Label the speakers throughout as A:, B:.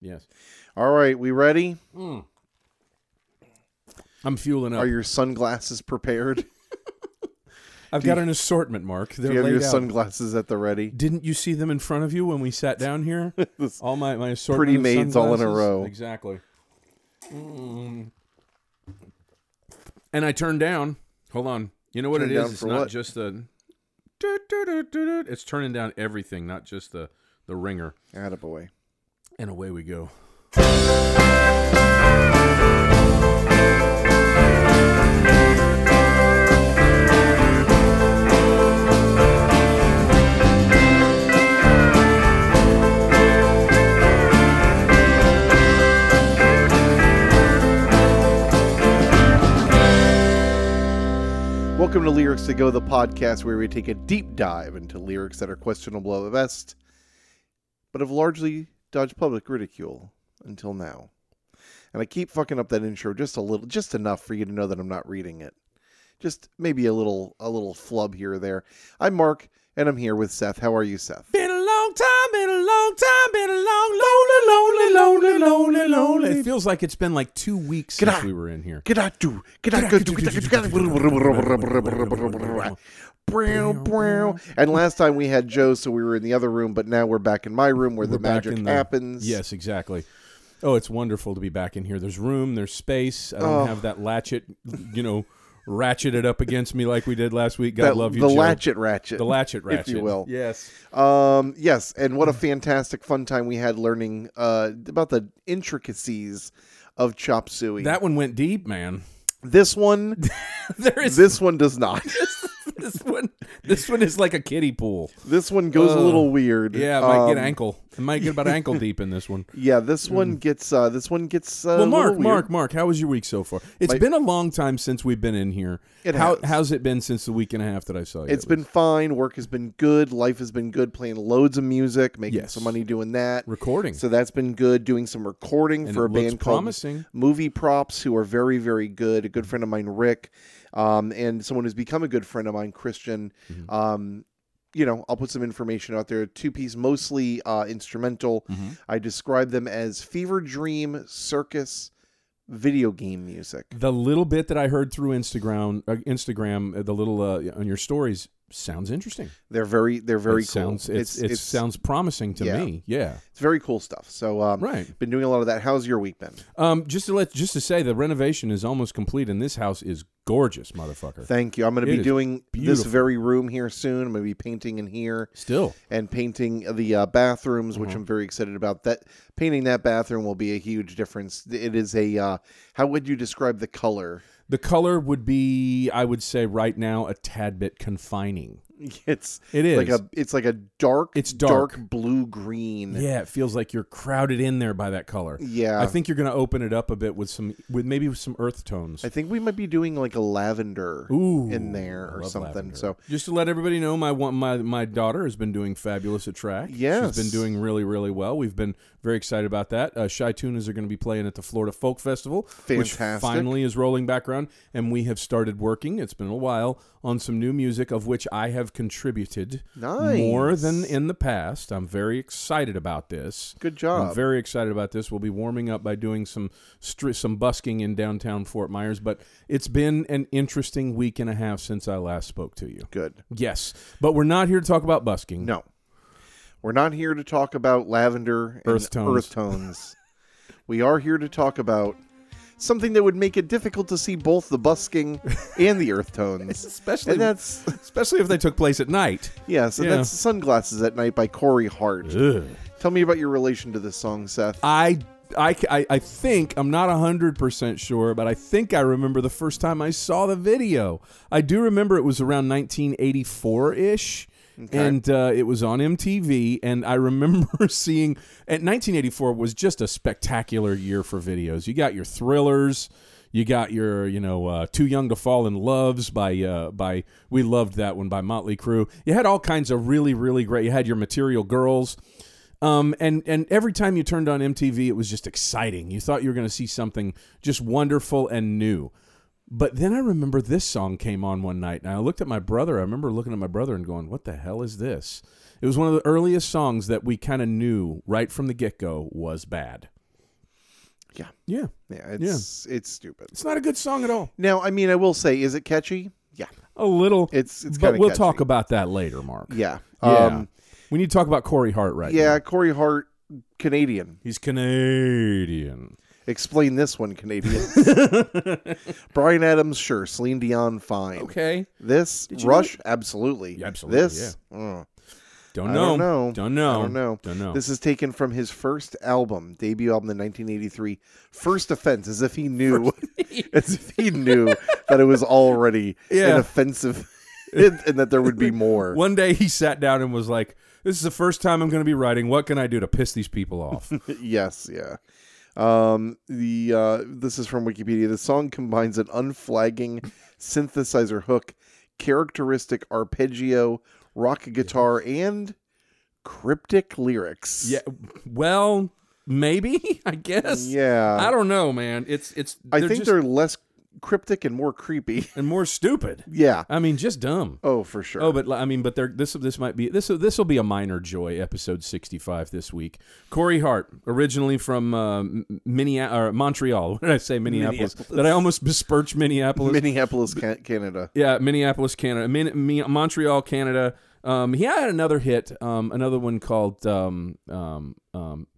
A: Yes.
B: All right, we ready?
A: I'm fueling up.
B: Are your sunglasses prepared?
A: I've got an assortment, Mark. They're
B: Do you have
A: laid
B: your
A: out.
B: sunglasses at the ready?
A: Didn't you see them in front of you when we sat down here?
B: This-
A: all my my assortment
B: pretty
A: of
B: maids all in a
A: sunglasses?
B: row.
A: Exactly. Mm. And I turned down. Hold on. You know what
B: Turned
A: it
B: down
A: is? It's
B: for
A: not
B: what?
A: just the. doot-doot-doot-doot-doot. It's turning down everything, not just the the ringer.
B: Attaboy.
A: And away we go.
B: Welcome to Lyrics to Go, the podcast where we take a deep dive into lyrics that are questionable at best, but have largely dodged public ridicule until now. And I keep fucking up that intro just a little, just enough for you to know that I'm not reading it. Just maybe a little, a little flub here or there. I'm Mark, and I'm here with Seth. How are you, Seth?
A: Been a long time, been a long time, been a long, lonely, lonely, lonely, lonely, lonely. It feels like it's been like two weeks
B: Get
A: since
B: out.
A: we were in here.
B: Get out, do. Get out, do. Brow, brow. And last time we had Joe, so we were in the other room, but now we're back in my room where the
A: We're back
B: magic
A: in the-
B: happens.
A: Yes, exactly. Oh, it's wonderful to be back in here. There's room, there's space. I don't
B: Oh.
A: have that latchet, you know, ratcheted up against me like we did last week. God
B: That-
A: love you,
B: the
A: Joe.
B: latchet ratchet.
A: the latchet ratchet,
B: if you will.
A: Yes,
B: Um, yes, and what a fantastic fun time we had learning uh, about the intricacies of chop suey.
A: that one went deep, man.
B: this one,
A: There is
B: this one does not.
A: this one. This one is like a kiddie pool.
B: this one goes a
A: Oh.
B: little weird.
A: Yeah, it might get
B: Um,
A: ankle. It might get about ankle deep in this one.
B: Yeah, this one gets. Uh, this one gets. Uh,
A: Mm. Well,
B: a
A: Mark,
B: little weird.
A: Mark, Mark, how was your week so far? It's
B: My-
A: been a long time since we've been in here.
B: It
A: how,
B: has.
A: How's it been since the week and a half that I saw you?
B: It's
A: at least?
B: been fine. Work has been good. Life has been good. Playing loads of music, making
A: Yes.
B: some money doing that.
A: recording.
B: So that's been good. Doing some recording
A: And
B: for
A: it
B: a
A: looks
B: band
A: promising. Mm-hmm.
B: called Movie Props, who are very, very good. A good friend of mine, Rick, um, and someone who's become a good friend of mine, Christian.
A: Mm-hmm.
B: Um, you know, I'll put some information out there. Two piece, mostly uh, instrumental.
A: Mm-hmm.
B: I describe them as fever dream circus video game music.
A: the little bit that I heard through Instagram, uh, Instagram, uh, the little uh, on your stories sounds interesting.
B: They're very, they're very
A: it
B: cool.
A: sounds it's, it sounds promising to
B: yeah.
A: me. Yeah,
B: it's very cool stuff. So um,
A: right.
B: been doing a lot of that. How's your week been?
A: Um, just to let just to say, the renovation is almost complete, and this house is gorgeous, motherfucker.
B: Thank you. I'm going to
A: It
B: be
A: is
B: doing this
A: beautiful.
B: very room here soon. I'm going to be painting in here
A: Still,
B: and painting the uh, bathrooms, which
A: Uh-huh.
B: I'm very excited about. That painting that bathroom will be a huge difference. It is a uh, how would you describe the color?
A: the color would be, I would say, right now a tad bit confining.
B: It's
A: It is
B: like a it's like a dark
A: It's dark.
B: blue green.
A: Yeah, it feels like you're crowded in there by that color.
B: Yeah.
A: I think you're going to open it up a bit with some with maybe with some earth tones.
B: I think we might be doing like a lavender
A: Ooh,
B: in there
A: I
B: or
A: love
B: something.
A: lavender.
B: So
A: just to let everybody know, my one- my my daughter has been doing fabulous at track.
B: Yes.
A: she's been doing really really well. We've been very excited about that. Uh, Shy Tunas are going to be playing at the Florida Folk Festival,
B: Fantastic.
A: which finally is rolling back around, and we have started working. It's been a while on some new music of which I have contributed
B: Nice.
A: more than in the past. I'm very excited about this.
B: good job.
A: I'm very excited about this. We'll be warming up by doing some str- some busking in downtown Fort Myers, but it's been an interesting week and a half since I last spoke to you.
B: good.
A: Yes, but we're not here to talk about busking.
B: No. We're not here to talk about lavender
A: Earth
B: and
A: tones.
B: earth tones. we are here to talk about something that would make it difficult to see both the busking and the earth tones.
A: Especially
B: and that's
A: especially if they took place at night.
B: yeah, so
A: Yeah.
B: that's Sunglasses at Night by Corey Hart. Tell me about your relation to this song, Seth.
A: I I, I, I think I'm not 100% sure, but I think I remember the first time I saw the video. I do remember it was around 1984 ish. And uh, it was on MTV, and I remember seeing. At 1984 was just a spectacular year for videos. You got your thrillers, you got your, you know, uh, "Too Young to Fall in Loves" by uh, by we loved that one by Motley Crue. You had all kinds of really, really great. You had your Material Girls. Um, and and every time you turned on MTV, it was just exciting. You thought you were going to see something just wonderful and new. But then I remember this song came on one night, and I looked at my brother. I remember looking at my brother and going, "What the hell is this?" It was one of the earliest songs that we kind of knew right from the get go was bad.
B: Yeah.
A: Yeah.
B: Yeah, it's it's stupid.
A: It's not a good song at all.
B: Now, I mean, I will say, is it catchy? Yeah,
A: A little.
B: it's it's kind
A: but
B: of.
A: we'll talk about that later, Mark.
B: Yeah,
A: Yeah.
B: um,
A: we need to talk about Corey Hart right now.
B: yeah. Corey Hart, Canadian.
A: He's Canadian.
B: Explain this one, Canadian. Brian Adams, sure. Celine Dion, fine.
A: Okay.
B: This
A: Did you
B: Rush, absolutely.
A: Yeah, Um, absolutely,
B: This, mm,
A: Don't
B: I
A: know.
B: don't know.
A: Don't know.
B: I don't know.
A: Don't know.
B: This is taken from his first album, debut album in 1983, First Offense, as if he knew, as if he knew that it was already
A: Yeah.
B: an offensive, and, and that there would be more.
A: One day he sat down and was like, "This is the first time I'm going to be writing. What can I do to piss these people off?"
B: yes, yeah. Um, the uh, this is from Wikipedia. The song combines an unflagging synthesizer hook, characteristic arpeggio, rock guitar, and cryptic lyrics.
A: yeah. Well, maybe I guess.
B: yeah.
A: I don't know, man. It's it's.
B: I
A: they're
B: think
A: just-
B: they're less cryptic and more creepy.
A: and more stupid.
B: yeah.
A: I mean, just dumb.
B: Oh, for sure.
A: Oh, but li- I mean, but there. This this might be this this will be a minor joy episode sixty five this week. Corey Hart, originally from uh, Minneapolis or Montreal. What did I say? Minneapolis.
B: Minneapolis.
A: Did I almost besmirch Minneapolis?
B: Minneapolis, Can- Canada.
A: yeah, Minneapolis, Canada. Min- Mi- Montreal, Canada. Um, he had another hit. Um, another one called um, um, um,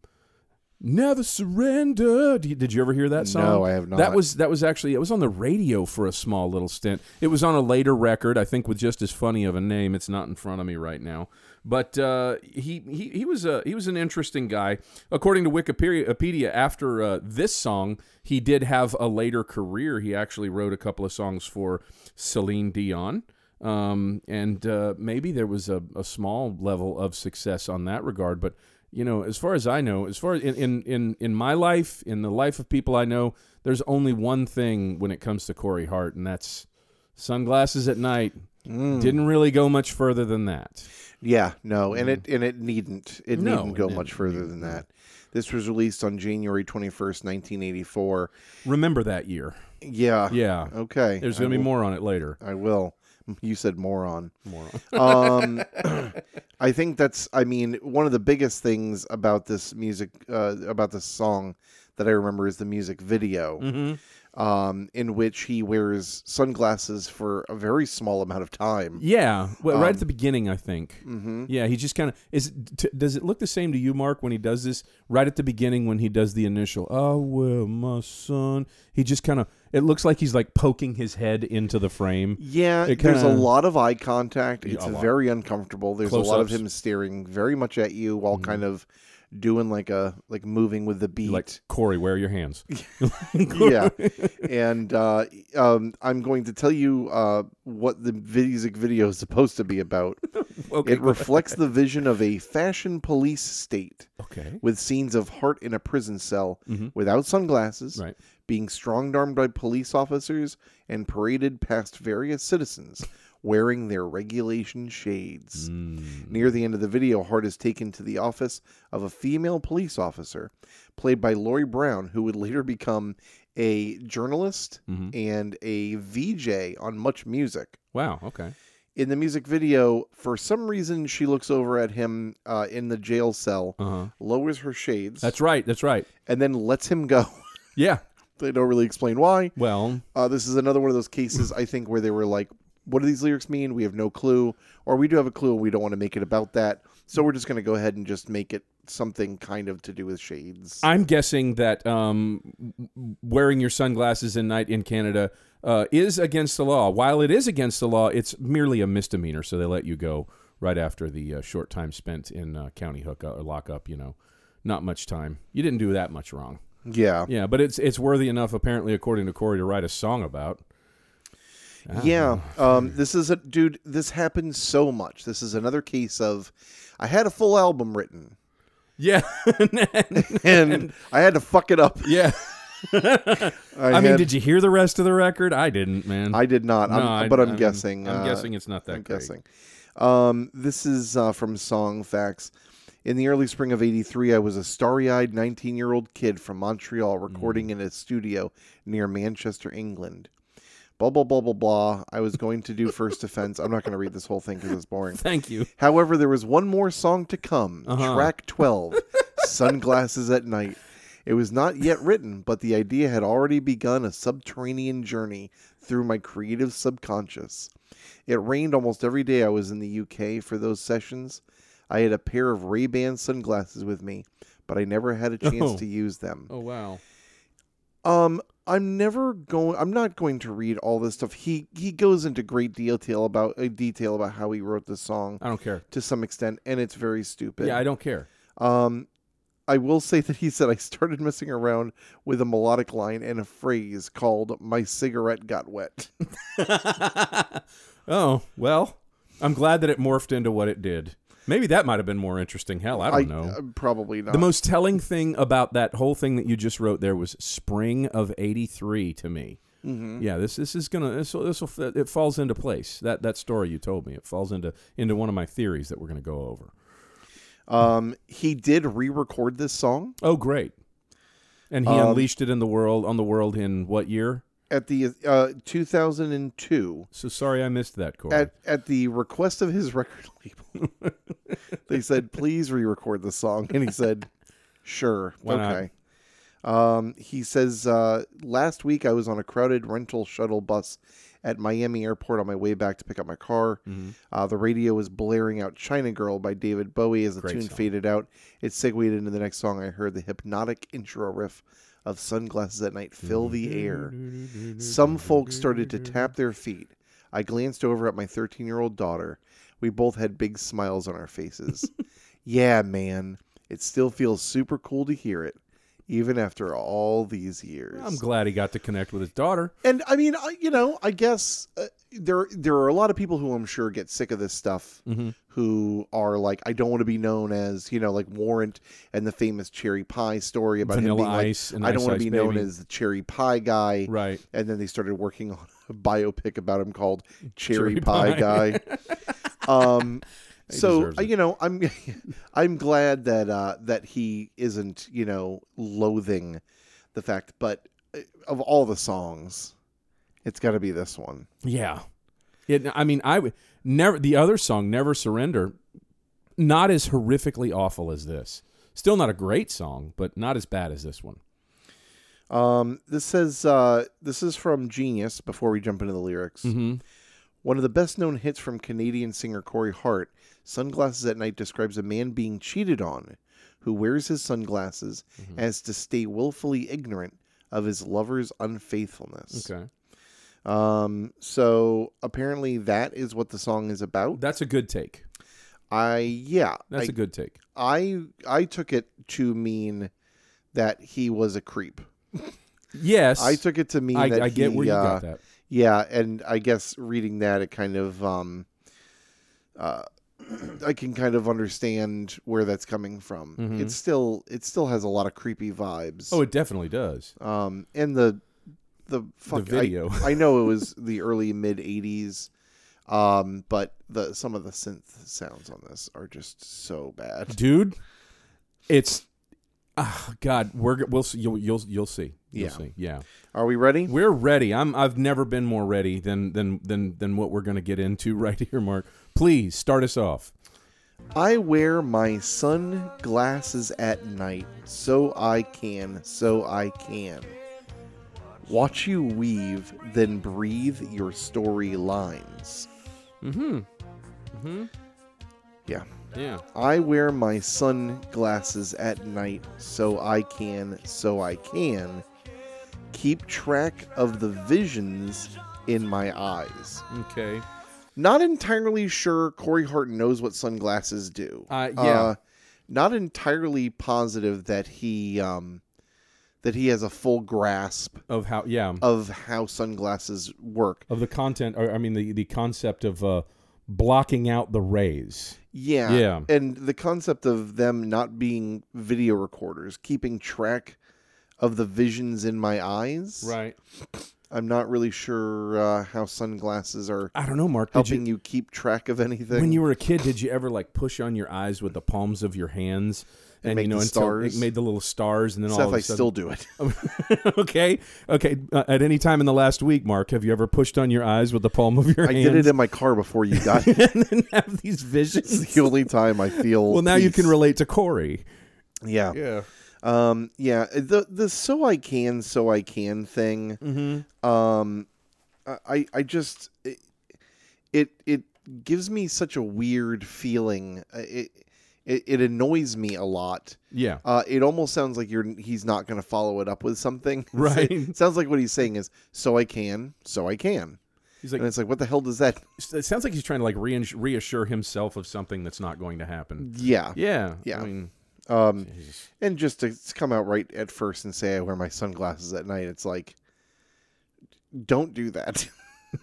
A: "Never Surrender." Do you- Did you ever hear that song?
B: No, I have not.
A: That was that was actually it was on the radio for a small little stint. It was on a later record, I think, with just as funny of a name. It's not in front of me right now, but uh, he, he he was a he was an interesting guy. According to Wikipedia, Wikipedia, after uh, this song, he did have a later career. He actually wrote a couple of songs for Celine Dion. Um, and uh, maybe there was a, a small level of success on that regard, but you know, as far as I know, as far as in, in, in, in my life, in the life of people I know, there's only one thing when it comes to Corey Hart, and that's sunglasses at night. Didn't really go much further than that.
B: Yeah, no, and it and it needn't it
A: Mm. No,
B: needn't
A: it
B: go
A: didn't.
B: much further than that. This was released on January twenty first, nineteen eighty four.
A: Remember that year.
B: Yeah.
A: Yeah.
B: Okay.
A: There's
B: I
A: going to be
B: will-
A: more on it later.
B: I will. You said moron.
A: More on.
B: Um, I think that's. I mean, one of the biggest things about this music, uh, about this song, that I remember is the music video,
A: Mm-hmm.
B: um, in which he wears sunglasses for a very small amount of time.
A: Yeah. Well, right at the beginning, I think.
B: Mm-hmm.
A: Yeah, he just kind of is. it- T- does it look the same to you, Mark, when he does this right at the beginning when he does the initial "I will, my son"? He just kind of. It looks like he's like poking his head into the frame.
B: Yeah,
A: It
B: there's a
A: kinda-
B: lot of eye contact. It's
A: a lot.
B: very uncomfortable. There's a lot of
A: Close-ups.
B: him staring very much at you while
A: Mm-hmm.
B: kind of doing like a like moving with the beat.
A: Like Corey, where are your hands?
B: yeah and uh, um, i'm going to tell you uh, what the music video is supposed to be about
A: Okay.
B: it reflects the vision of a fashion police state
A: okay.
B: with scenes of hart in a prison cell
A: Mhm.
B: without sunglasses
A: Right.
B: being strong-armed by police officers and paraded past various citizens wearing their regulation shades
A: Mm.
B: Near the end of the video, Hart is taken to the office of a female police officer, played by Lori Brown, who would later become a journalist
A: Mhm.
B: and a VJ on Much Music.
A: Wow. Okay.
B: In the music video, for some reason, she looks over at him uh, in the jail cell,
A: Uh huh.
B: lowers her shades,
A: That's right. That's right.
B: and then lets him go.
A: Yeah.
B: they don't really explain why.
A: Well.
B: Uh, this is another one of those cases, I think, where they were like, what do these lyrics mean? We have no clue. Or we do have a clue and we don't want to make it about that. So we're just going to go ahead and just make it something kind of to do with shades.
A: I'm guessing that um, w- wearing your sunglasses in night in Canada uh, is against the law. While it is against the law, it's merely a misdemeanor, so they let you go right after the uh, short time spent in uh, county hookup or lockup. You know, not much time. You didn't do that much wrong.
B: yeah.
A: Yeah, but it's it's worthy enough, apparently, according to Corey, to write a song about. I don't
B: Yeah.
A: know.
B: Um, this is a dude, this happens so much. This is another case of I had a full album written
A: yeah,
B: and I had to fuck it up.
A: yeah. I, mean,
B: had-
A: did you hear the rest of the record? I didn't, man.
B: I did not, I'm,
A: No, I-
B: but
A: I
B: I'm
A: mean,
B: guessing.
A: I'm
B: uh,
A: guessing it's not that.
B: I'm
A: great.
B: guessing. Um, this is uh, from Song Facts. In the early spring of '83, I was a starry eyed 19
A: Mm.
B: year old kid from Montreal recording in a studio near Manchester, England. blah blah blah blah blah. I was going to do first offense. I'm not going to read this whole thing because it's boring.
A: Thank you.
B: However, there was one more song to come,
A: Uh-huh.
B: track 12, Sunglasses at Night. It was not yet written, but the idea had already begun a subterranean journey through my creative subconscious. It rained almost every day I was in the UK for those sessions. I had a pair of Ray-Ban sunglasses with me, but I never had a chance
A: Oh.
B: to use them.
A: Oh wow.
B: Um, I'm never going. I'm not going to read all this stuff. He he goes into great detail about uh, detail about how he wrote the song
A: I don't care.
B: to some extent, and it's very stupid.
A: yeah, I don't care.
B: um, I will say that he said I started messing around with a melodic line and a phrase called "my cigarette got wet."
A: oh well, I'm glad that it morphed into what it did. Maybe that might have been more interesting. Hell, I don't know.
B: uh, probably not.
A: Oh, the most telling thing about that whole thing that you just wrote there was spring of '83 to me.
B: Mhm.
A: Yeah, this this is gonna this will, this will it falls into place. That that story you told me it falls into into one of my theories that we're gonna go over.
B: Um, he did re-record this song
A: Oh, great! And
B: Um,
A: he unleashed it in the world on the world in what year?
B: at the uh 2002.
A: So sorry, I missed that, Corey.
B: at at the request of his record label, they said, "Please re-record the song," and he said, "Sure,
A: Why not?"
B: okay." Um, he says, uh, "Last week I was on a crowded rental shuttle bus at Miami Airport on my way back to pick up my car.
A: Mm-hmm.
B: Uh, the radio was blaring out "China Girl" by David Bowie as the
A: Great
B: tune
A: song.
B: faded out. It segued into the next song. I heard the hypnotic intro riff of "Sunglasses at Night" fill the air." Some folks started to tap their feet. I glanced over at my 13 year old daughter. We both had big smiles on our faces. yeah, man. It still feels super cool to hear it, even after all these years.
A: I'm glad he got to connect with his daughter.
B: and I mean, I, you know, I guess uh, there there are a lot of people who I'm sure get sick of this stuff
A: Mhm.
B: who are like, I don't want to be known as, you know, like Warrant and the famous cherry pie story about him
A: Vanilla
B: being like,
A: Ice and
B: I don't
A: Ice
B: want to
A: Ice
B: be known
A: Baby.
B: as the cherry pie guy
A: Right.
B: and then they started working on a biopic about him called Cherry,
A: Cherry
B: Pie,
A: Pie.
B: Guy. um,
A: He
B: so
A: deserves
B: I-
A: it.
B: you know, I'm I'm glad that uh, that he isn't you know loathing the fact, but uh, of all the songs, it's got to be this one.
A: Yeah. It, I mean, I would never the other song, "Never Surrender," not as horrifically awful as this. Still not a great song, but not as bad as this one.
B: Um, this says uh, this is from Genius. Before we jump into the lyrics,
A: Mm-hmm.
B: One of the best known hits from Canadian singer Corey Hart, Sunglasses at Night describes a man being cheated on who wears his sunglasses
A: Mm-hmm.
B: as to stay willfully ignorant of his lover's unfaithfulness.
A: Okay,
B: Um, so apparently that is what the song is about.
A: that's a good take.
B: I yeah,
A: That's
B: I,
A: a good take.
B: I I took it to mean that he was a creep.
A: Yes,
B: I took it to mean
A: I,
B: that
A: I get
B: he,
A: where you
B: uh,
A: got that.
B: Yeah, and I guess reading that, it kind of, um, uh, I can kind of understand where that's coming from.
A: Mhm.
B: It's still, it still has a lot of creepy vibes.
A: Oh, it definitely does.
B: um, and the, the fuck,
A: the video.
B: I, I know it was the early mid '80s, um, but the some of the synth sounds on this are just so bad.
A: dude it's ah, god we're g- we'll see you'll you'll, you'll see you'll
B: Yeah.
A: see yeah
B: Are we ready?
A: we're ready i'm i've never been more ready than than than than what we're gonna get into right here mark please start us off
B: I wear my sunglasses at night so I can, so I can. Watch you weave, then breathe your story lines.
A: mm-hmm mm-hmm
B: Yeah.
A: yeah
B: I wear my sunglasses at night so I can, so I can. Keep track of the visions in my eyes.
A: okay
B: Not entirely sure Corey Hart knows what sunglasses do.
A: Uh, yeah.
B: not entirely positive that he um, that he has a full grasp
A: of how yeah
B: of how sunglasses work.
A: of the content or i mean the the concept of uh blocking out the rays
B: Yeah.
A: Yeah.
B: And the concept of them not being video recorders, keeping track of the visions in my eyes.
A: right
B: I'm not really sure uh, how sunglasses are
A: i don't know mark did you
B: helping you, keep track of anything.
A: When you were a kid, did you ever like push on your eyes with the palms of your hands and
B: make
A: you know,
B: the
A: until
B: stars.
A: it made the little stars, and then all
B: Seth,
A: of
B: I
A: a sudden,
B: still do it.
A: okay, okay. Uh, at any time in the last week, Mark, have you ever pushed on your eyes with the palm of your
B: I
A: hand
B: did it in my car before you got here.
A: and then have these
B: It's
A: visions?
B: the only time I feel.
A: Well, now you
B: peace.
A: can relate to Corey.
B: Yeah.
A: Yeah.
B: Um. Yeah. The the so I can so I can thing.
A: Mm-hmm.
B: um i i just it it, it gives me such a weird feeling Uh, it it, it annoys me a lot
A: Yeah.
B: uh, it almost sounds like you're he's not going to follow it up with something
A: Right.
B: It sounds like what he's saying is so i can so i can
A: He's like,
B: and it's like what the hell does that
A: it sounds like he's trying to like reins- reassure himself of something that's not going to happen.
B: yeah
A: Yeah.
B: Yeah.
A: I mean,
B: um
A: Jesus.
B: and just to come out right at first and say i wear my sunglasses at night it's like don't do that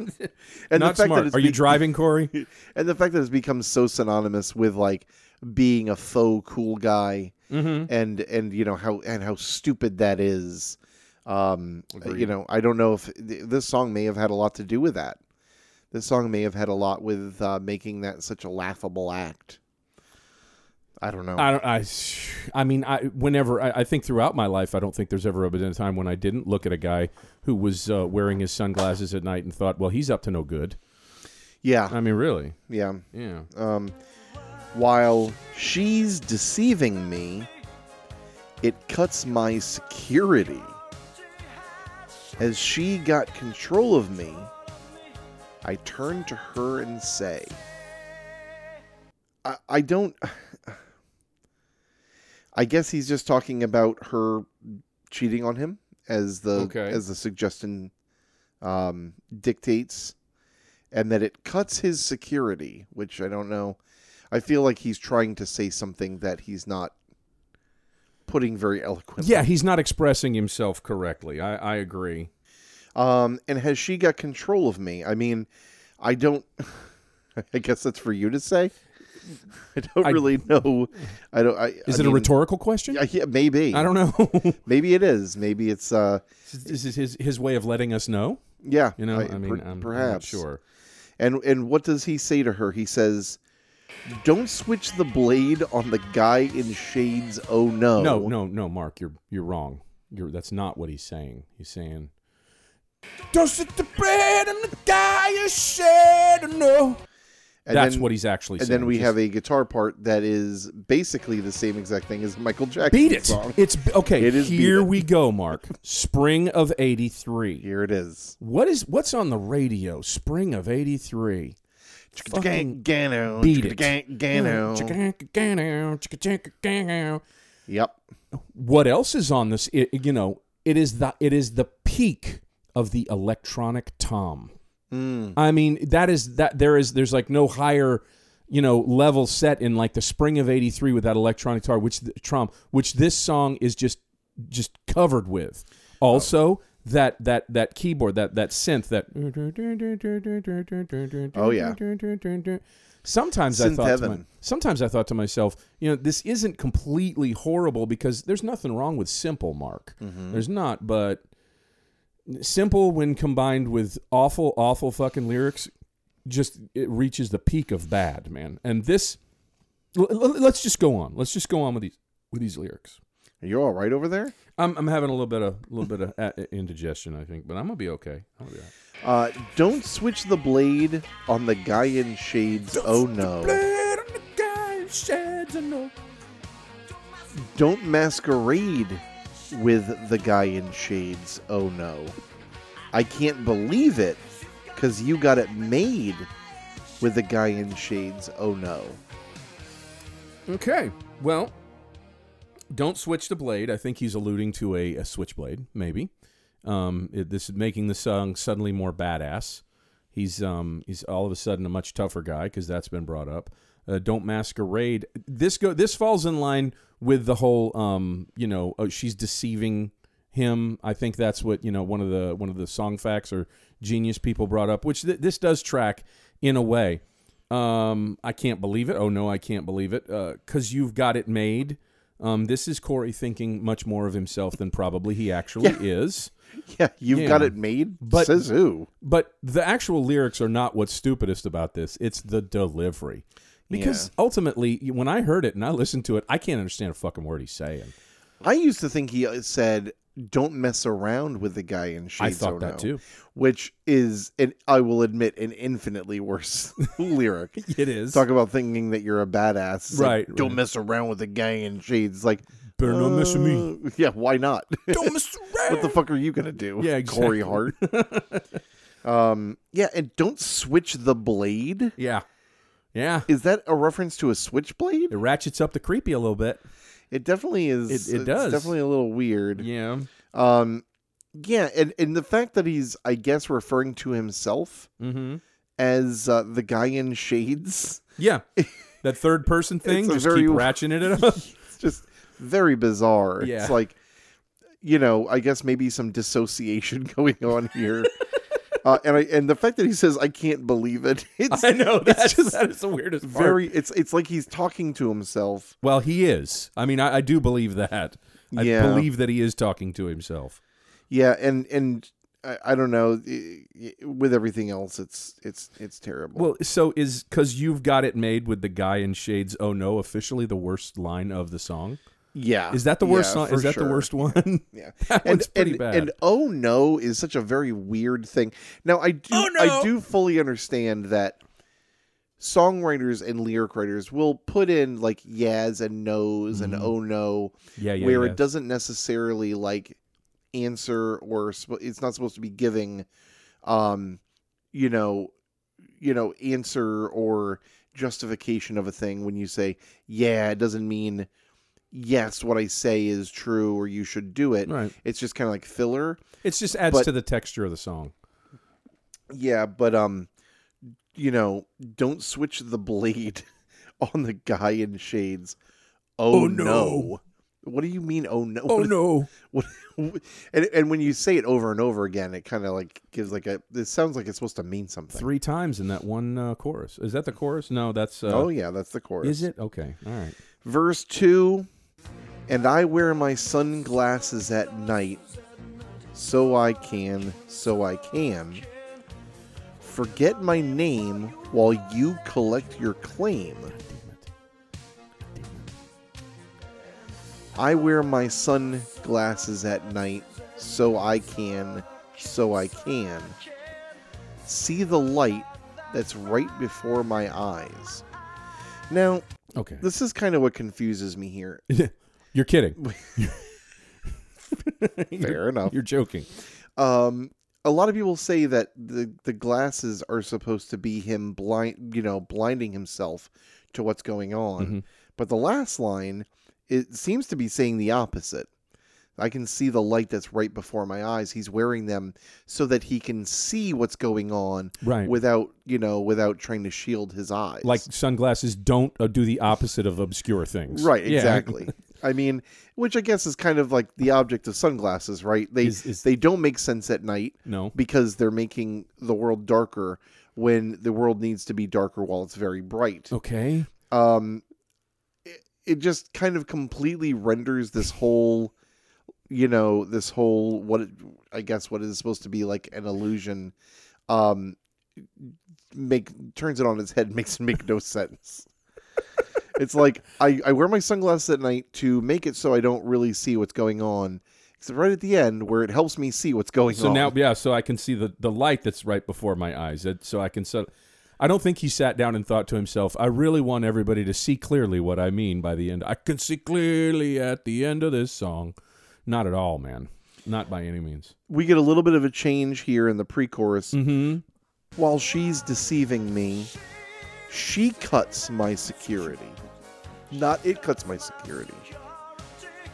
B: and
A: not smart.
B: it's
A: Are you
B: be-
A: driving, Corey?
B: And the fact that it's become so synonymous with like being a faux cool guy
A: mm-hmm.
B: and and you know how and how stupid that is. Um
A: Agreed.
B: you know, I don't know if th- this song may have had a lot to do with that. This song may have had a lot with uh, making that such a laughable act. I don't know.
A: I don't. I. I mean, I. Whenever I, I think throughout my life, I don't think there's ever been a time when I didn't look at a guy who was uh, wearing his sunglasses at night and thought, "Well, he's up to no good."
B: yeah.
A: I mean, really?
B: Yeah.
A: Yeah.
B: Um while she's deceiving me, it cuts my security. As she got control of me, I turn to her and say, I, I don't. I guess he's just talking about her cheating on him as the
A: Okay.
B: as the suggestion um, dictates, and that it cuts his security, which I don't know. I feel like he's trying to say something that he's not putting very eloquently.
A: Yeah, he's not expressing himself correctly. I, I agree.
B: Um, and has she got control of me? I mean, I don't. I guess that's for you to say. I don't
A: I-
B: really know. I don't. I,
A: Is
B: I
A: it
B: mean,
A: a rhetorical question?
B: Yeah, yeah, maybe.
A: I don't know.
B: Maybe it is. Maybe it's. Uh,
A: this is his his way of letting us know.
B: yeah.
A: You know, I, mean,
B: per-
A: I'm- I'm not
B: perhaps.
A: sure.
B: And and what does he say to her? He says, "Don't switch the blade on the guy in shades. Oh no.
A: No, no, no, Mark, you're you're wrong. You're that's not what he's saying. He's saying Don't sit the bread and the guy you shed no.
B: And
A: that's
B: then,
A: what he's actually
B: And
A: saying.
B: then we
A: Just
B: have a guitar part that is basically the same exact thing as Michael Jackson.
A: Beat it.
B: Song.
A: It's okay,
B: It is Beat
A: here
B: It.
A: we go, Mark. Spring of eighty three.
B: Here it is.
A: What is what's on the radio? Spring of eighty three. Fucking
B: Gano.
A: beat it.
B: Gano. Yep.
A: what else is on this i you know it is the it is the peak of the electronic tom
B: Mm.
A: i mean that is that there is there's like no higher you know level set in like the spring of 83 with that electronic guitar which the tom which this song is just just covered with also That, that that keyboard that that synth that
B: Oh, yeah.
A: sometimes I
B: Synth
A: thought to
B: heaven.
A: my- sometimes I thought to myself, you know, this isn't completely horrible because there's nothing wrong with simple, Mark. There's not, but simple when combined with awful, awful fucking lyrics, just it reaches the peak of bad, man. And this, l- l- let's just go on. Let's just go on with these with these lyrics.
B: Are you all right over there?
A: I'm, I'm having a little bit of a little bit of a- indigestion, I think, but I'm gonna be okay. I'm gonna be all right.
B: Uh, don't switch the blade on the guy in shades. Oh no. Don't masquerade with the guy in shades. Oh no. I can't believe it because you got it made with the guy in shades. Oh no.
A: Okay. Well, don't switch the blade. I think he's alluding to a, a switchblade, maybe. Um, it- this is making the song suddenly more badass. He's um, he's all of a sudden a much tougher guy because that's been brought up. Uh, don't masquerade. This go. This falls in line with the whole. Um, you know, oh, she's deceiving him. I think that's what you know. One of the one of the song facts or genius people brought up, which th- this does track in a way. Um, I can't believe it. Oh no, I can't believe it. Uh, cause you've got it made. Um, this is Corey thinking much more of himself than probably he actually is.
B: Yeah, you've got
A: Yeah.
B: it made.
A: But-
B: says who?
A: But the actual lyrics are not what's stupidest about this. It's the delivery. because ultimately, when I heard it and I listened to it, I can't understand a fucking word he's saying.
B: I used to think he uh, said, "Don't mess around with the guy in
A: I
B: shades."
A: thought
B: oh
A: that
B: no,"
A: too.
B: which is, an, I will admit, an infinitely worse lyric.
A: It is.
B: Talk about thinking that you're a badass, It's like,
A: Right,
B: Don't
A: right.
B: mess around with the guy in shades. Like,
A: Better not mess with me.
B: uh, Yeah, why not?
A: Don't mess around.
B: what the fuck are you gonna do?
A: Yeah,
B: Corey Hart. um, yeah, and don't switch the blade.
A: Yeah, yeah.
B: Is that a reference to a switchblade?
A: It ratchets up the creepy a little bit.
B: It definitely is.
A: It- it
B: it's
A: does.
B: definitely a little weird.
A: Yeah.
B: Um, yeah, and and the fact that he's, I guess, referring to himself
A: Mm-hmm.
B: as uh, the guy in shades.
A: Yeah. That third person thing
B: a
A: just
B: very-
A: keep ratcheting it up.
B: It's just very bizarre.
A: Yeah.
B: It's like, you know, I guess maybe some dissociation going on here. uh, and I and the fact that he says, "I can't believe it," it's
A: I know that's
B: just
A: just that is the weirdest part.
B: very. It's it's like he's talking to himself.
A: well, he is. I mean, I, I do believe that. I
B: Yeah.
A: believe that he is talking to himself.
B: Yeah, and and I, I don't know. i- i- With everything else, it's it's it's terrible.
A: Well, so is because you've got it made with the guy in shades. Oh no! Officially, the worst line of the song
B: yeah,
A: is that the worst
B: Uh, yeah,
A: song?
B: for
A: Is that
B: sure.
A: the worst one?
B: Yeah.
A: that
B: and,
A: one's pretty
B: and,
A: bad.
B: and oh no is such a very weird thing. Now I do
A: Oh, no.
B: I do fully understand that songwriters and lyric writers will put in like yes and no's and
A: Mhm.
B: oh no
A: yeah, yeah,
B: where
A: yeah.
B: it doesn't necessarily like answer or sp- it's not supposed to be giving um you know you know answer or justification of a thing when you say yeah it doesn't mean yes what i say is true or you should do it
A: Right.
B: it's just kind of like filler
A: It's just adds
B: But-
A: to the texture of the song.
B: yeah but um you know don't switch the blade on the guy in shades oh,
A: Oh,
B: no.
A: no.
B: what do you mean oh no
A: Oh
B: What-
A: no!
B: What, and and when you say it over and over again, it kind of like gives like a. It sounds like it's supposed to mean something.
A: Three times in that one uh, chorus. Is that the chorus? No, that's. Uh,
B: oh yeah, that's the chorus.
A: Is it okay? All right.
B: Verse two, and I wear my sunglasses at night, so I can, so I can. Forget my name while you collect your claim. I wear my sunglasses at night, so I can, so I can. See the light that's right before my eyes. Now,
A: Okay.
B: this is kind of what confuses me here.
A: You're kidding. you're,
B: Fair enough.
A: you're joking.
B: Um, a lot of people say that the the glasses are supposed to be him blind, you know, blinding himself to what's going on.
A: Mhm.
B: But the last line, it seems to be saying the opposite. I can see the light that's right before my eyes. He's wearing them so that he can see what's going on
A: Right.
B: without, you know, without trying to shield his eyes.
A: like sunglasses don't uh, do the opposite of obscure things.
B: Right,
A: Yeah.
B: exactly. I mean, which I guess is kind of like the object of sunglasses, right? They
A: Is- is-
B: they don't make sense at night
A: No.
B: because they're making the world darker when the world needs to be darker while it's very bright.
A: Okay.
B: Um it, it just kind of completely renders this whole you know, this whole what it, I guess what is supposed to be like an illusion um make turns it on its head makes it make no sense. it's like I, I wear my sunglasses at night to make it so I don't really see what's going on. Except right at the end where it helps me see what's going
A: So
B: on.
A: now, yeah. So I can see the the light that's right before my eyes. That so I can set. I don't think he sat down and thought to himself, "I really want everybody to see clearly what I mean by the end. I can see clearly at the end of this song." Not at all, man. Not by any means.
B: we get a little bit of a change here in the pre-chorus.
A: Mm-hmm.
B: While she's deceiving me, she cuts my security. Not it cuts my security.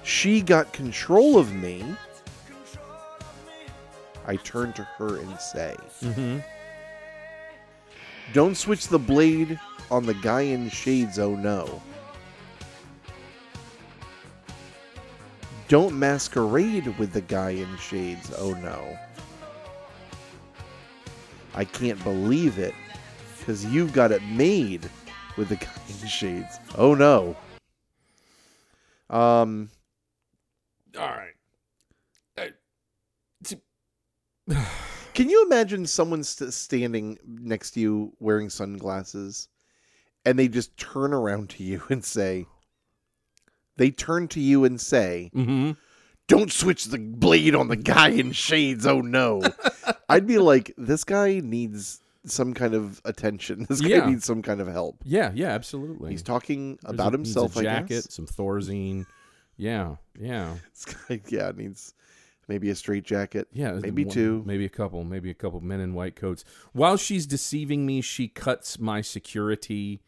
B: She got control of me. I turn to her and say,
A: Mm-hmm.
B: Don't switch the blade on the guy in shades, oh no. Don't masquerade with the guy in shades, oh no. I can't believe it, because you've got it made with the guy in shades, oh no. Um,
A: All right.
B: can you imagine someone st- standing next to you wearing sunglasses and they just turn around to you and say, they turn to you and say,
A: Mm-hmm.
B: don't switch the blade on the guy in shades. Oh no. I'd be like, this guy needs some kind of attention. This guy
A: Yeah.
B: needs some kind of help.
A: Yeah, yeah, absolutely.
B: He's talking
A: There's
B: about
A: a- needs
B: himself,
A: A
B: I
A: jacket,
B: guess.
A: some Thorazine. Yeah, yeah,
B: This guy, yeah, needs maybe a straight jacket.
A: yeah.
B: Maybe
A: one-
B: two.
A: maybe a couple, maybe a couple men in white coats. While she's deceiving me, she cuts my security.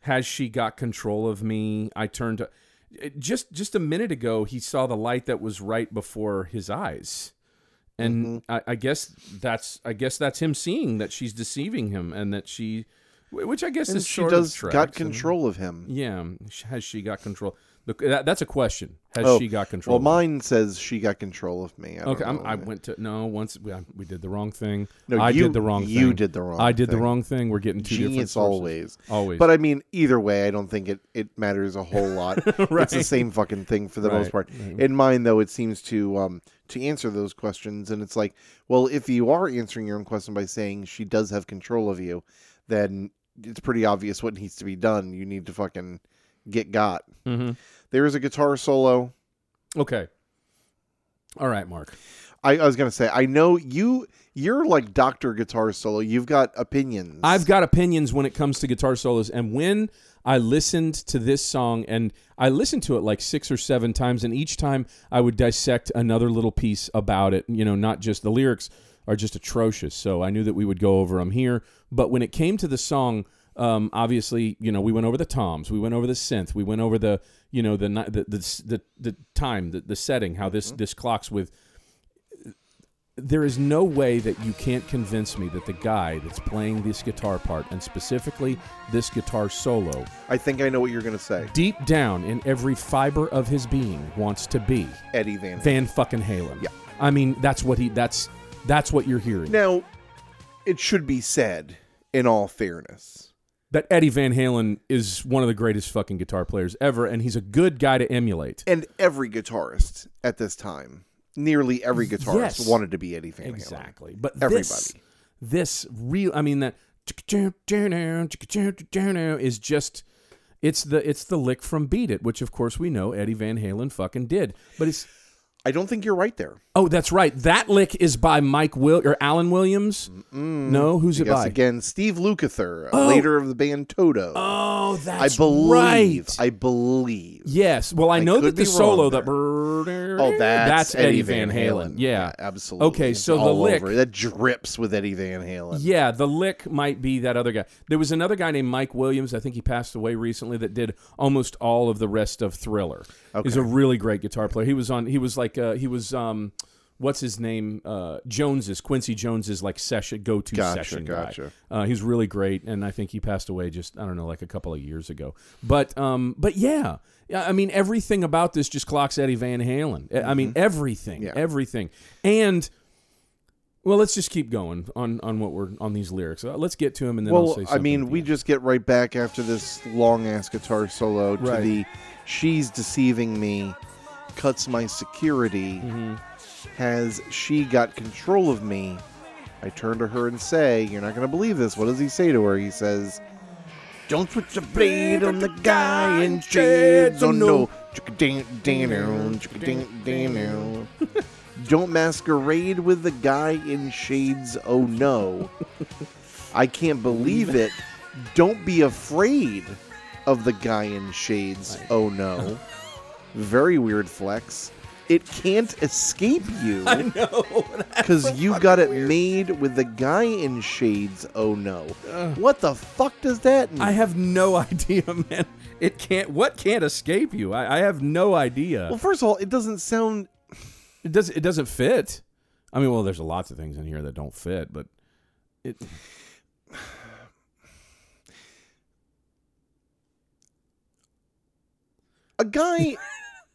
A: Has she got control of me? I turned to. it- Just just a minute ago, he saw the light that was right before his eyes, and
B: Mm-hmm.
A: I, I guess that's I guess that's him seeing that she's deceiving him, and that she, wh- which I guess
B: And
A: is
B: she
A: sort
B: does
A: of tracks,
B: got
A: I mean.
B: control of him.
A: Yeah, sh- has she got control? The, that, that's a question. Has
B: Oh,
A: she got control?
B: Well, mine says she got control of me. I don't
A: Okay, I'm,
B: know.
A: I went to no. Once we, I, we did the wrong thing.
B: No,
A: I
B: you-
A: did the wrong.
B: you
A: thing.
B: did the wrong
A: I did
B: thing.
A: the wrong thing. We're getting two different
B: genius
A: sources.
B: always.
A: Always.
B: But I mean, either way, I don't think it, it matters a whole lot. It's the
A: Right.
B: same fucking thing for the most
A: Right,
B: part. In mine, though, it seems to um to answer those questions, and it's like, well, if you are answering your own question by saying she does have control of you, then it's pretty obvious what needs to be done. You need to fucking get got.
A: Mhm.
B: There is a guitar solo.
A: okay. All right, Mark.
B: I, I was gonna say, I know you you're like Doctor Guitar Solo. You've got opinions.
A: I've got opinions when it comes to guitar solos, and when I listened to this song, and I listened to it like six or seven times, and each time I would dissect another little piece about it. You know, not just the lyrics are just atrocious, so I knew that we would go over them here. But when it came to the song, um, obviously, you know, we went over the toms, we went over the synth, we went over the, you know, the ni- the the the, the time, the, the setting, how this this clocks with there is no way that you can't convince me that the guy that's playing this guitar part and specifically this guitar solo
B: I think I know what you're gonna say,
A: deep down in every fiber of his being wants to be
B: Eddie Van. Halen.
A: Van fucking Halen.
B: Yeah.
A: I mean that's what he that's that's what you're hearing.
B: Now, it should be said, in all fairness,
A: That Eddie Van Halen is one of the greatest fucking guitar players ever and he's a good guy to emulate.
B: and every guitarist at this time, nearly every guitarist
A: Yes.
B: wanted to be Eddie Van Halen.
A: Exactly. But this
B: Everybody.
A: this real I mean that is just it's the it's the lick from Beat It, which of course we know Eddie Van Halen fucking did. But it's
B: I don't think you're right there.
A: oh that's right. That lick is by Mike Will or Alan Williams. No, who's it
B: Yes,
A: by?
B: again, Steve Lukather, later of the band Toto.
A: Oh,
B: I
A: that's
B: believe.
A: right.
B: I believe.
A: yes. Well, I know
B: could
A: that the
B: be
A: solo
B: wrong
A: that
B: Oh,
A: oh
B: that's,
A: Eddie Van Halen. Yeah.
B: absolutely.
A: Okay,
B: It's
A: so the
B: all
A: lick-
B: over. that drips with Eddie Van Halen.
A: Yeah, the lick might be that other guy. There was another guy named Mike Williams. I think he passed away recently. That did almost all of the rest of Thriller. He's a really great guitar player. He was on. He was like. Uh, he was. Um, what's his name? Uh, Jones's Quincy Jones's like session go to
B: Gotcha,
A: session
B: gotcha.
A: guy. Uh, he's really great, and I think he passed away just I don't know like a couple of years ago. But um, but yeah, yeah. I mean everything about this just clocks Eddie Van Halen. I- I mean everything,
B: Mm-hmm. Yeah.
A: everything, and. Well, let's just keep going on on what we're on these lyrics. Uh, let's get to them, and then I'll
B: Well,
A: say
B: I
A: something.
B: mean, we just get right back after this long ass guitar solo to
A: Right.
B: the "She's deceiving me," cuts my security.
A: Mm-hmm.
B: Has she got control of me? I turn to her and say, "You're not gonna believe this." What does he say to her? He says, "Don't put the blade on the guy in shades. Oh no, Chicka-ding, ding, ding, chicka-ding, ding, ding. Don't masquerade with the guy in shades. Oh no." I can't believe it. Don't be afraid of the guy in shades. Oh no. Very weird flex. It can't escape you because you got it made with the guy in shades. Oh no. What the fuck does that mean?
A: I have no idea, man. It can't. What can't escape you? I, I have no idea.
B: well, first of all, it doesn't sound.
A: it does. It doesn't fit. I mean, well, there's lots of things in here that don't fit, but it.
B: A guy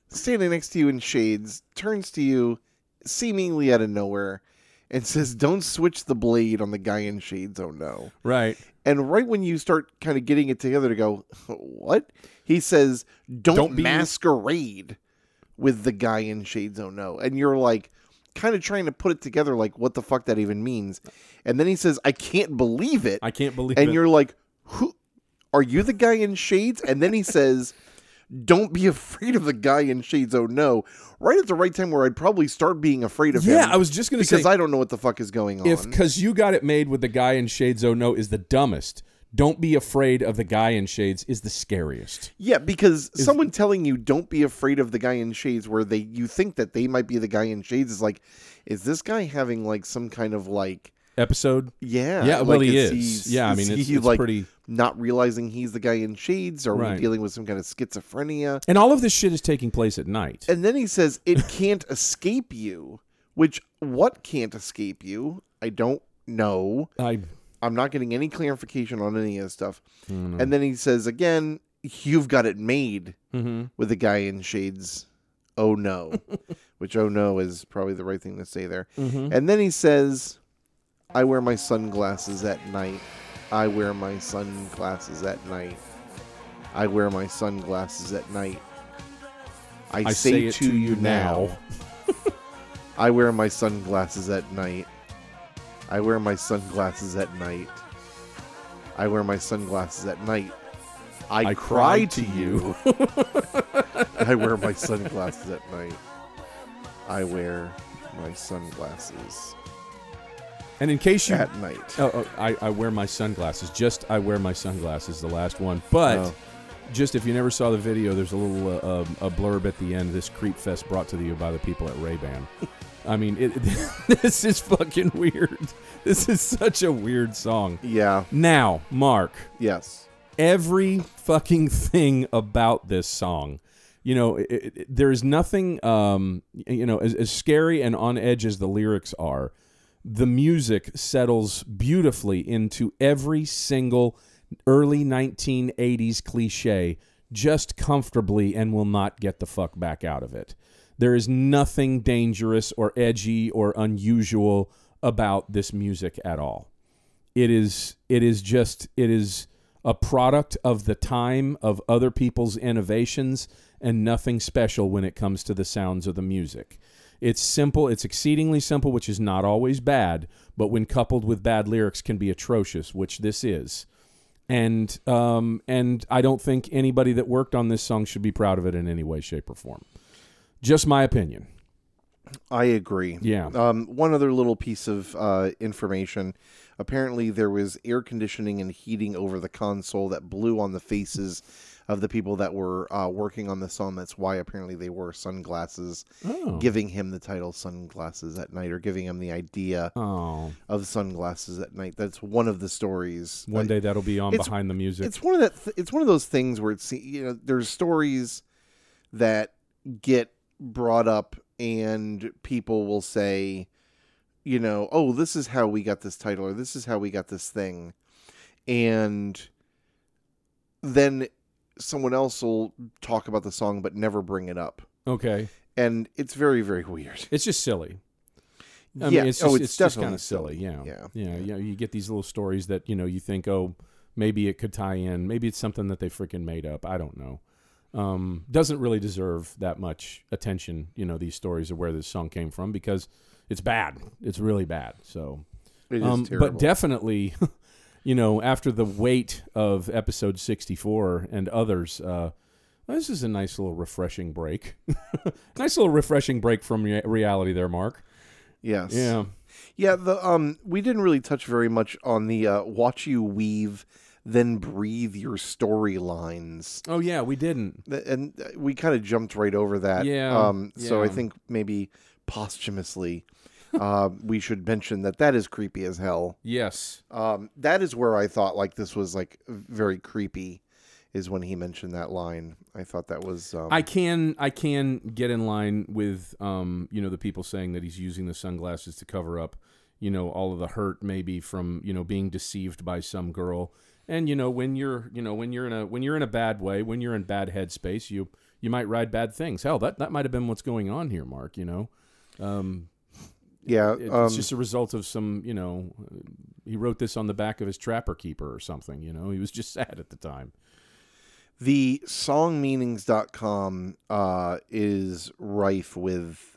B: standing next to you in shades turns to you seemingly out of nowhere and says, Don't switch the blade on the guy in shades. Oh no.
A: Right.
B: And right when you start kind of getting it together to go, what? He says, don't,
A: Don't be-
B: masquerade with the guy in Shades Oh No. And you're like, kind of trying to put it together, like, what the fuck that even means. And then he says, I can't believe it.
A: I can't believe
B: and
A: it.
B: you're like, who? Are you the guy in shades? And then he says, Don't be afraid of the guy in shades. Oh no. Right at the right time where I'd probably start being afraid of
A: Yeah,
B: him.
A: I was just going to say
B: because I don't know what the fuck is going on.
A: if because you got it made with the guy in shades. Oh no, is the dumbest. Don't be afraid of the guy in shades. Is the scariest.
B: yeah, because someone telling you don't be afraid of the guy in shades where they you think that they might be the guy in shades is like, is this guy having like some kind of like
A: Episode.
B: yeah,
A: Yeah,
B: like,
A: well, he is.
B: he's-
A: Yeah, I mean, it's-
B: he,
A: it's
B: like
A: pretty-
B: not realizing he's the guy in shades. Are
A: Right.
B: we dealing with some kind of schizophrenia?
A: And all of this shit is taking place at night.
B: And then he says, It can't escape you. Which, what can't escape you? I don't know.
A: I
B: I'm not getting any clarification on any of this stuff.
A: Hmm.
B: And then he says again, You've got it made
A: mhm.
B: with the guy in shades. Oh no. Which, oh no, is probably the right thing to say there. And then he says, I wear my sunglasses at night. I wear my sunglasses at night. I wear my sunglasses at night. I,
A: I
B: say, to, you now. I wear my sunglasses at night. I wear my sunglasses at night. I wear my sunglasses at night. I,
A: I
B: cry, to you. I wear my sunglasses at night. I wear my sunglasses
A: And in case you,
B: at night.
A: oh, oh, I, I wear my sunglasses. Just I wear my sunglasses. The last one, but.
B: Oh.
A: Just if you never saw the video, there's a little uh, um, a blurb at the end. This creep fest brought to you by the people at Ray Ban. I mean, it, this is fucking weird. This is such a weird song.
B: Yeah.
A: Now, Mark,
B: Yes.
A: every fucking thing about this song. You know, it, it, it- there is nothing, um, y- you know, as, as scary and on edge as the lyrics are, the music settles beautifully into every single early 1980s cliche just comfortably and will not get the fuck back out of it. There is nothing dangerous or edgy or unusual about this music at all it is it is just it is a product of the time of other people's innovations and nothing special when it comes to the sounds of the music it's simple it's exceedingly simple which is not always bad but when coupled with bad lyrics can be atrocious which this is and um and i don't think anybody that worked on this song should be proud of it in any way shape or form just my opinion
B: I agree.
A: yeah
B: Um, one other little piece of uh, information. Apparently, there was air conditioning and heating over the console that blew on the faces of the people that were uh, working on the song. That's why apparently they wore sunglasses,
A: oh.
B: giving him the title Sunglasses at Night or giving him the idea
A: oh
B: of sunglasses at night. That's one of the stories.
A: one
B: I-
A: day that'll be on
B: Uh, It's-
A: behind the music
B: it's one of that. Th- it's one of those things where it's you know there's stories that get brought up and people will say, you know, oh this is how we got this title or this is how we got this thing, and then someone else will talk about the song but never bring it up,
A: okay
B: and it's very very weird.
A: It's just silly. I
B: Yeah.
A: mean, it's just,
B: Oh,
A: it's
B: it's
A: just
B: definitely
A: kind of silly.
B: silly.
A: Yeah.
B: Yeah.
A: yeah, yeah. You get these little stories that you know you think, oh, maybe it could tie in. Maybe it's something that they freaking made up. I don't know. Um, doesn't really deserve that much attention. You know, these stories of where this song came from because it's bad. It's really bad. So
B: It is
A: um,
B: terrible.
A: But definitely, you know, after the weight of episode 64 and others, uh, this is a nice little refreshing break. nice little refreshing break from re- reality there, Mark.
B: yes.
A: Yeah.
B: Yeah, the um we didn't really touch very much on the uh watch you weave then breathe your storylines.
A: Oh, yeah, we didn't.
B: Th- And uh, we kind of jumped right over that.
A: Yeah,
B: Um so I
A: yeah.
B: think maybe posthumously uh we should mention that that is creepy as hell.
A: Yes.
B: Um that is where I thought like this was like very creepy is when he mentioned that line. I thought that was um
A: I can I can get in line with um you know the people saying that he's using the sunglasses to cover up you know all of the hurt maybe from you know being deceived by some girl and you know when you're you know when you're in a when you're in a bad way when you're in bad headspace you you might ride bad things hell that that might have been what's going on here Mark you know um
B: yeah,
A: it-
B: um,
A: it's just a result of some you know he wrote this on the back of his trapper keeper or something you know he was just sad at the time
B: the songmeanings.com uh is rife with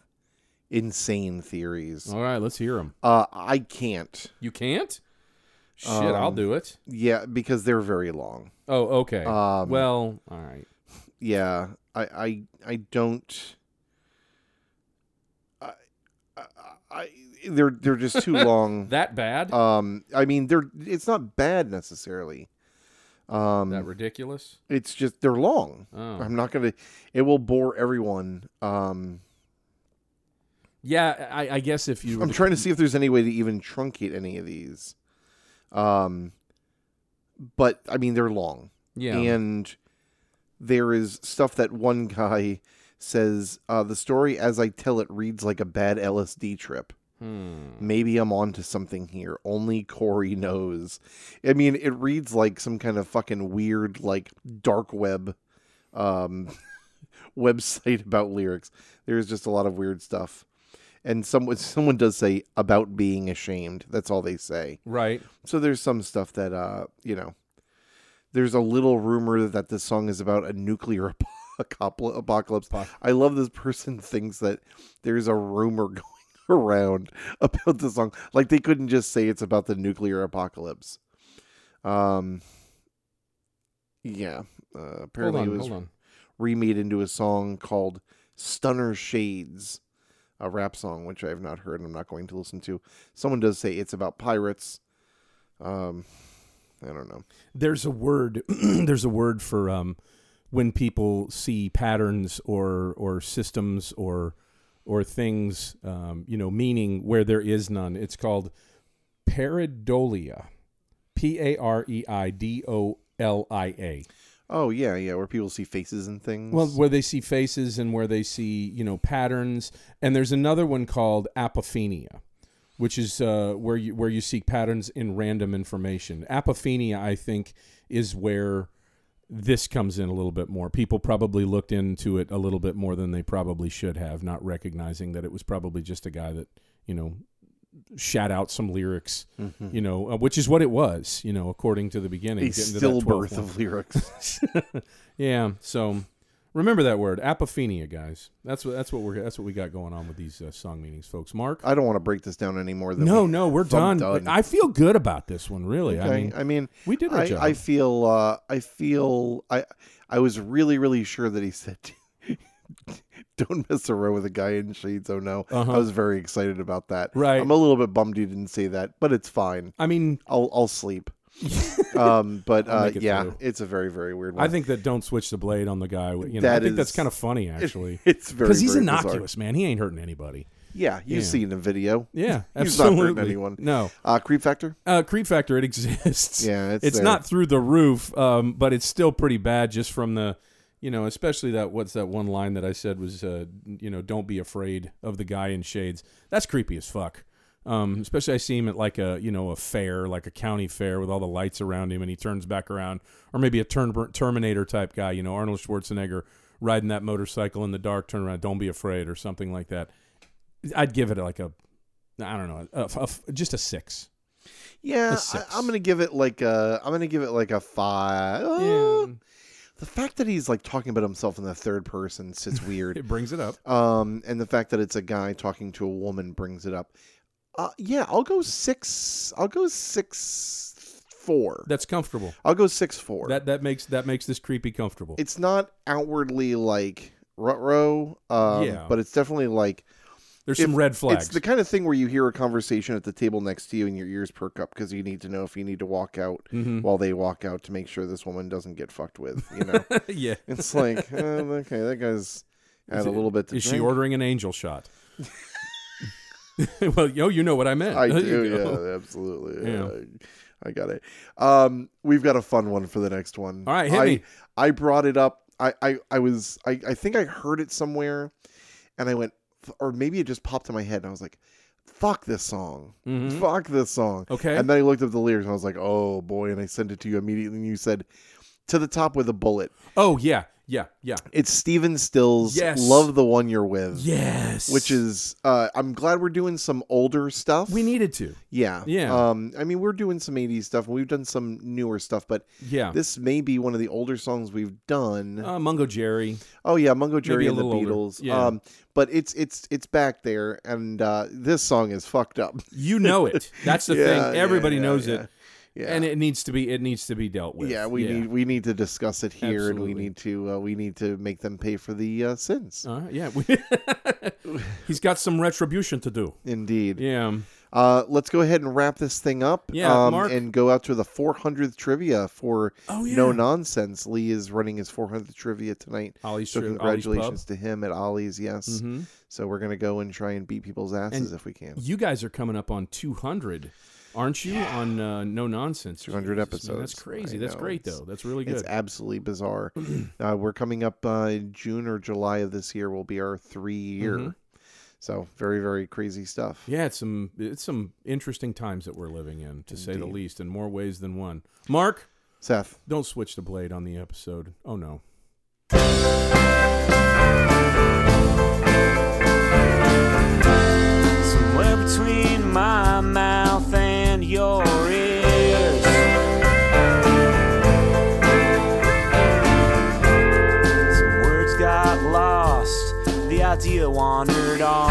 B: insane theories
A: Mm. all right let's hear him
B: uh i can't
A: you can't Shit, I'll
B: Um,
A: do it.
B: Yeah, because they're very long.
A: Oh, okay.
B: Um,
A: well, all right.
B: yeah, I I I don't. I, I, I they're they're just too long.
A: That bad?
B: Um, I mean, they're it's not bad necessarily. Um,
A: that ridiculous?
B: it's just they're long.
A: Oh.
B: I'm not gonna. It will bore everyone. Um,
A: Yeah, I, I guess if you were
B: I'm
A: to-
B: trying to see if there's any way to even truncate any of these. Um, but I mean, they're long.
A: yeah.
B: and there is stuff that one guy says uh, the story as i tell it reads like a bad lsd trip
A: Hmm.
B: Mm. maybe i'm onto something here only corey knows i mean it reads like some kind of fucking weird like dark web um, website about lyrics there's just a lot of weird stuff and someone someone does say about being ashamed that's all they say
A: Right.
B: so there's some stuff that uh, you know. There's a little rumor that this song is about a nuclear acopl- apocalypse.
A: Apoc-
B: I love this person thinks that there's a rumor going around about the song. Like they couldn't just say it's about the nuclear apocalypse. Um yeah, uh,
A: Hold
B: apparently
A: on,
B: it was
A: hold on.
B: remade into a song called Stunner Shades, a rap song which I have not heard and I'm not going to listen to. Someone does say it's about pirates. Um I don't know.
A: There's a word. there's a word for um, when people see patterns or or systems or or things, um, you know, meaning where there is none. It's called pareidolia. P a r e i d o l i a.
B: Oh yeah, yeah, where people see faces and things.
A: Well, where they see faces and where they see you know patterns, and there's another one called apophenia, which is uh, where you where you seek patterns in random information. Apophenia, I think, is where this comes in a little bit more. People probably looked into it a little bit more than they probably should have, not recognizing that it was probably just a guy that you know shat out some lyrics,
B: Mhm.
A: you know, uh, which is what it was, you know, according to the
B: a
A: beginning. getting to that 12th
B: stillbirth
A: one.
B: of lyrics.
A: Yeah. So remember that word, apophenia, guys. That's what that's what we're that's what we got going on with these uh, song meetings, folks. Mark.
B: I don't want to break this down anymore. Than
A: No,
B: we-
A: no, we're
B: I'm
A: done.
B: done.
A: I feel good about this one. Really,
B: Okay,
A: I mean,
B: I mean,
A: we did our
B: I,
A: job.
B: I feel, uh, I feel, I, I was really, really sure that he said, "Don't mess around with a guy in shades." Oh no,
A: Uh-huh.
B: I was very excited about that.
A: Right.
B: I'm a little bit bummed you didn't say that, but it's fine.
A: I mean,
B: I'll, I'll sleep. um, but
A: I'll
B: uh,
A: make it
B: yeah,
A: through.
B: it's a very, very weird one.
A: I think that don't switch the blade on the guy. You know, I
B: That
A: think that's
B: is-
A: kind of funny actually,
B: it's very
A: because he's
B: very bizarre.
A: innocuous, man. He ain't hurting anybody.
B: Yeah, you've
A: Yeah.
B: seen a video.
A: Yeah,
B: He's not hurting
A: absolutely.
B: anyone.
A: No,
B: Uh, creep factor.
A: uh, creep factor it exists.
B: Yeah, it's
A: it's
B: there.
A: not through the roof, um, but it's still pretty bad just from the, you know, especially that what's that one line that I said was, uh, you know, don't be afraid of the guy in shades. That's creepy as fuck. Um, especially I see him at like a you know a fair, like a county fair with all the lights around him, and he turns back around, or maybe a turn, Terminator type guy, you know, Arnold Schwarzenegger riding that motorcycle in the dark, turn around, don't be afraid, or something like that. I'd give it like a, I don't know, a, a- just a six.
B: Yeah,
A: It's
B: I,
A: six.
B: I'm gonna give it like a. I'm gonna give it like a five. Oh, The fact that he's like talking about himself in the third person sits weird.
A: It brings it up.
B: um, and the fact that it's a guy talking to a woman brings it up. Uh, yeah, I'll go six. I'll go six four.
A: That's comfortable.
B: I'll go six four.
A: That that makes that makes this creepy comfortable.
B: it's not outwardly like rutro, um,
A: Yeah.
B: but it's definitely like
A: There's
B: if
A: some red flags.
B: It's the kind of thing where you hear a conversation at the table next to you and your ears perk up because you need to know if you need to walk out
A: Mhm.
B: while they walk out to make sure this woman doesn't get fucked with. You know,
A: yeah.
B: it's like um, okay, that guy's had
A: Is
B: a
A: it-
B: little bit to
A: Is she
B: drink.
A: ordering an angel shot? well, yo, you know what I meant.
B: I
A: There you
B: do,
A: go.
B: yeah, absolutely.
A: Yeah.
B: Yeah. I, I got it. Um, we've got a fun one for the next one.
A: All right, hit
B: I,
A: me.
B: I brought it up. I, I, I was, I, I think I heard it somewhere and I went, or maybe it just popped in my head and I was like, fuck this song.
A: Mhm.
B: Fuck this song.
A: Okay.
B: And then I looked up the lyrics and I was like, oh boy. And I sent it to you immediately and you said, to the top with a bullet.
A: oh yeah, yeah, yeah.
B: It's Steven Stills.
A: Yes.
B: Love the one you're with.
A: Yes.
B: Which is, uh, I'm glad we're doing some older stuff.
A: we needed to.
B: Yeah.
A: Yeah.
B: Um, I mean, we're doing some 80s stuff and we've done some newer stuff, but
A: Yeah.
B: this may be one of the older songs we've done.
A: uh, Mungo Jerry.
B: oh yeah, Mungo Jerry
A: a
B: and the
A: little older.
B: Beatles.
A: Yeah.
B: Um, but it's it's it's back there and uh, this song is fucked up.
A: You know it. That's the
B: Yeah,
A: thing. Everybody
B: yeah,
A: knows
B: yeah,
A: it.
B: Yeah.
A: and it needs to be it needs to be dealt with.
B: yeah, we need we need to discuss it here, and
A: Absolutely.
B: we need to uh, we need to make them pay for the uh, sins.
A: All right, yeah, we- he's got some retribution to do.
B: Indeed.
A: Yeah,
B: Uh, let's go ahead and wrap this thing up.
A: Yeah,
B: um,
A: Mark-
B: and go out to the 400th trivia for
A: Oh, yeah.
B: no nonsense. Lee is running his 400th trivia tonight.
A: Ollie's
B: So
A: true.
B: congratulations to him at Ollie's. Yes.
A: hmm
B: So we're gonna go and try and beat people's asses if we can.
A: You guys are coming up on 200, aren't you? On uh, no nonsense,
B: 200
A: Jesus, man,
B: episodes.
A: that's crazy.
B: I
A: That's
B: know,
A: great
B: it's-
A: though. That's really
B: It's
A: good.
B: absolutely bizarre. uh, we're coming up uh, in June or July of this year will be our three year.
A: Mhm.
B: So very very crazy stuff.
A: yeah, it's some it's some interesting times that we're living in, to say the
B: Indeed.
A: least, in more ways than one. Mark,
B: Seth,
A: don't switch the blade on the episode. Oh no.
C: Somewhere between my mouth and your ears. Some words got lost, the idea wandered off.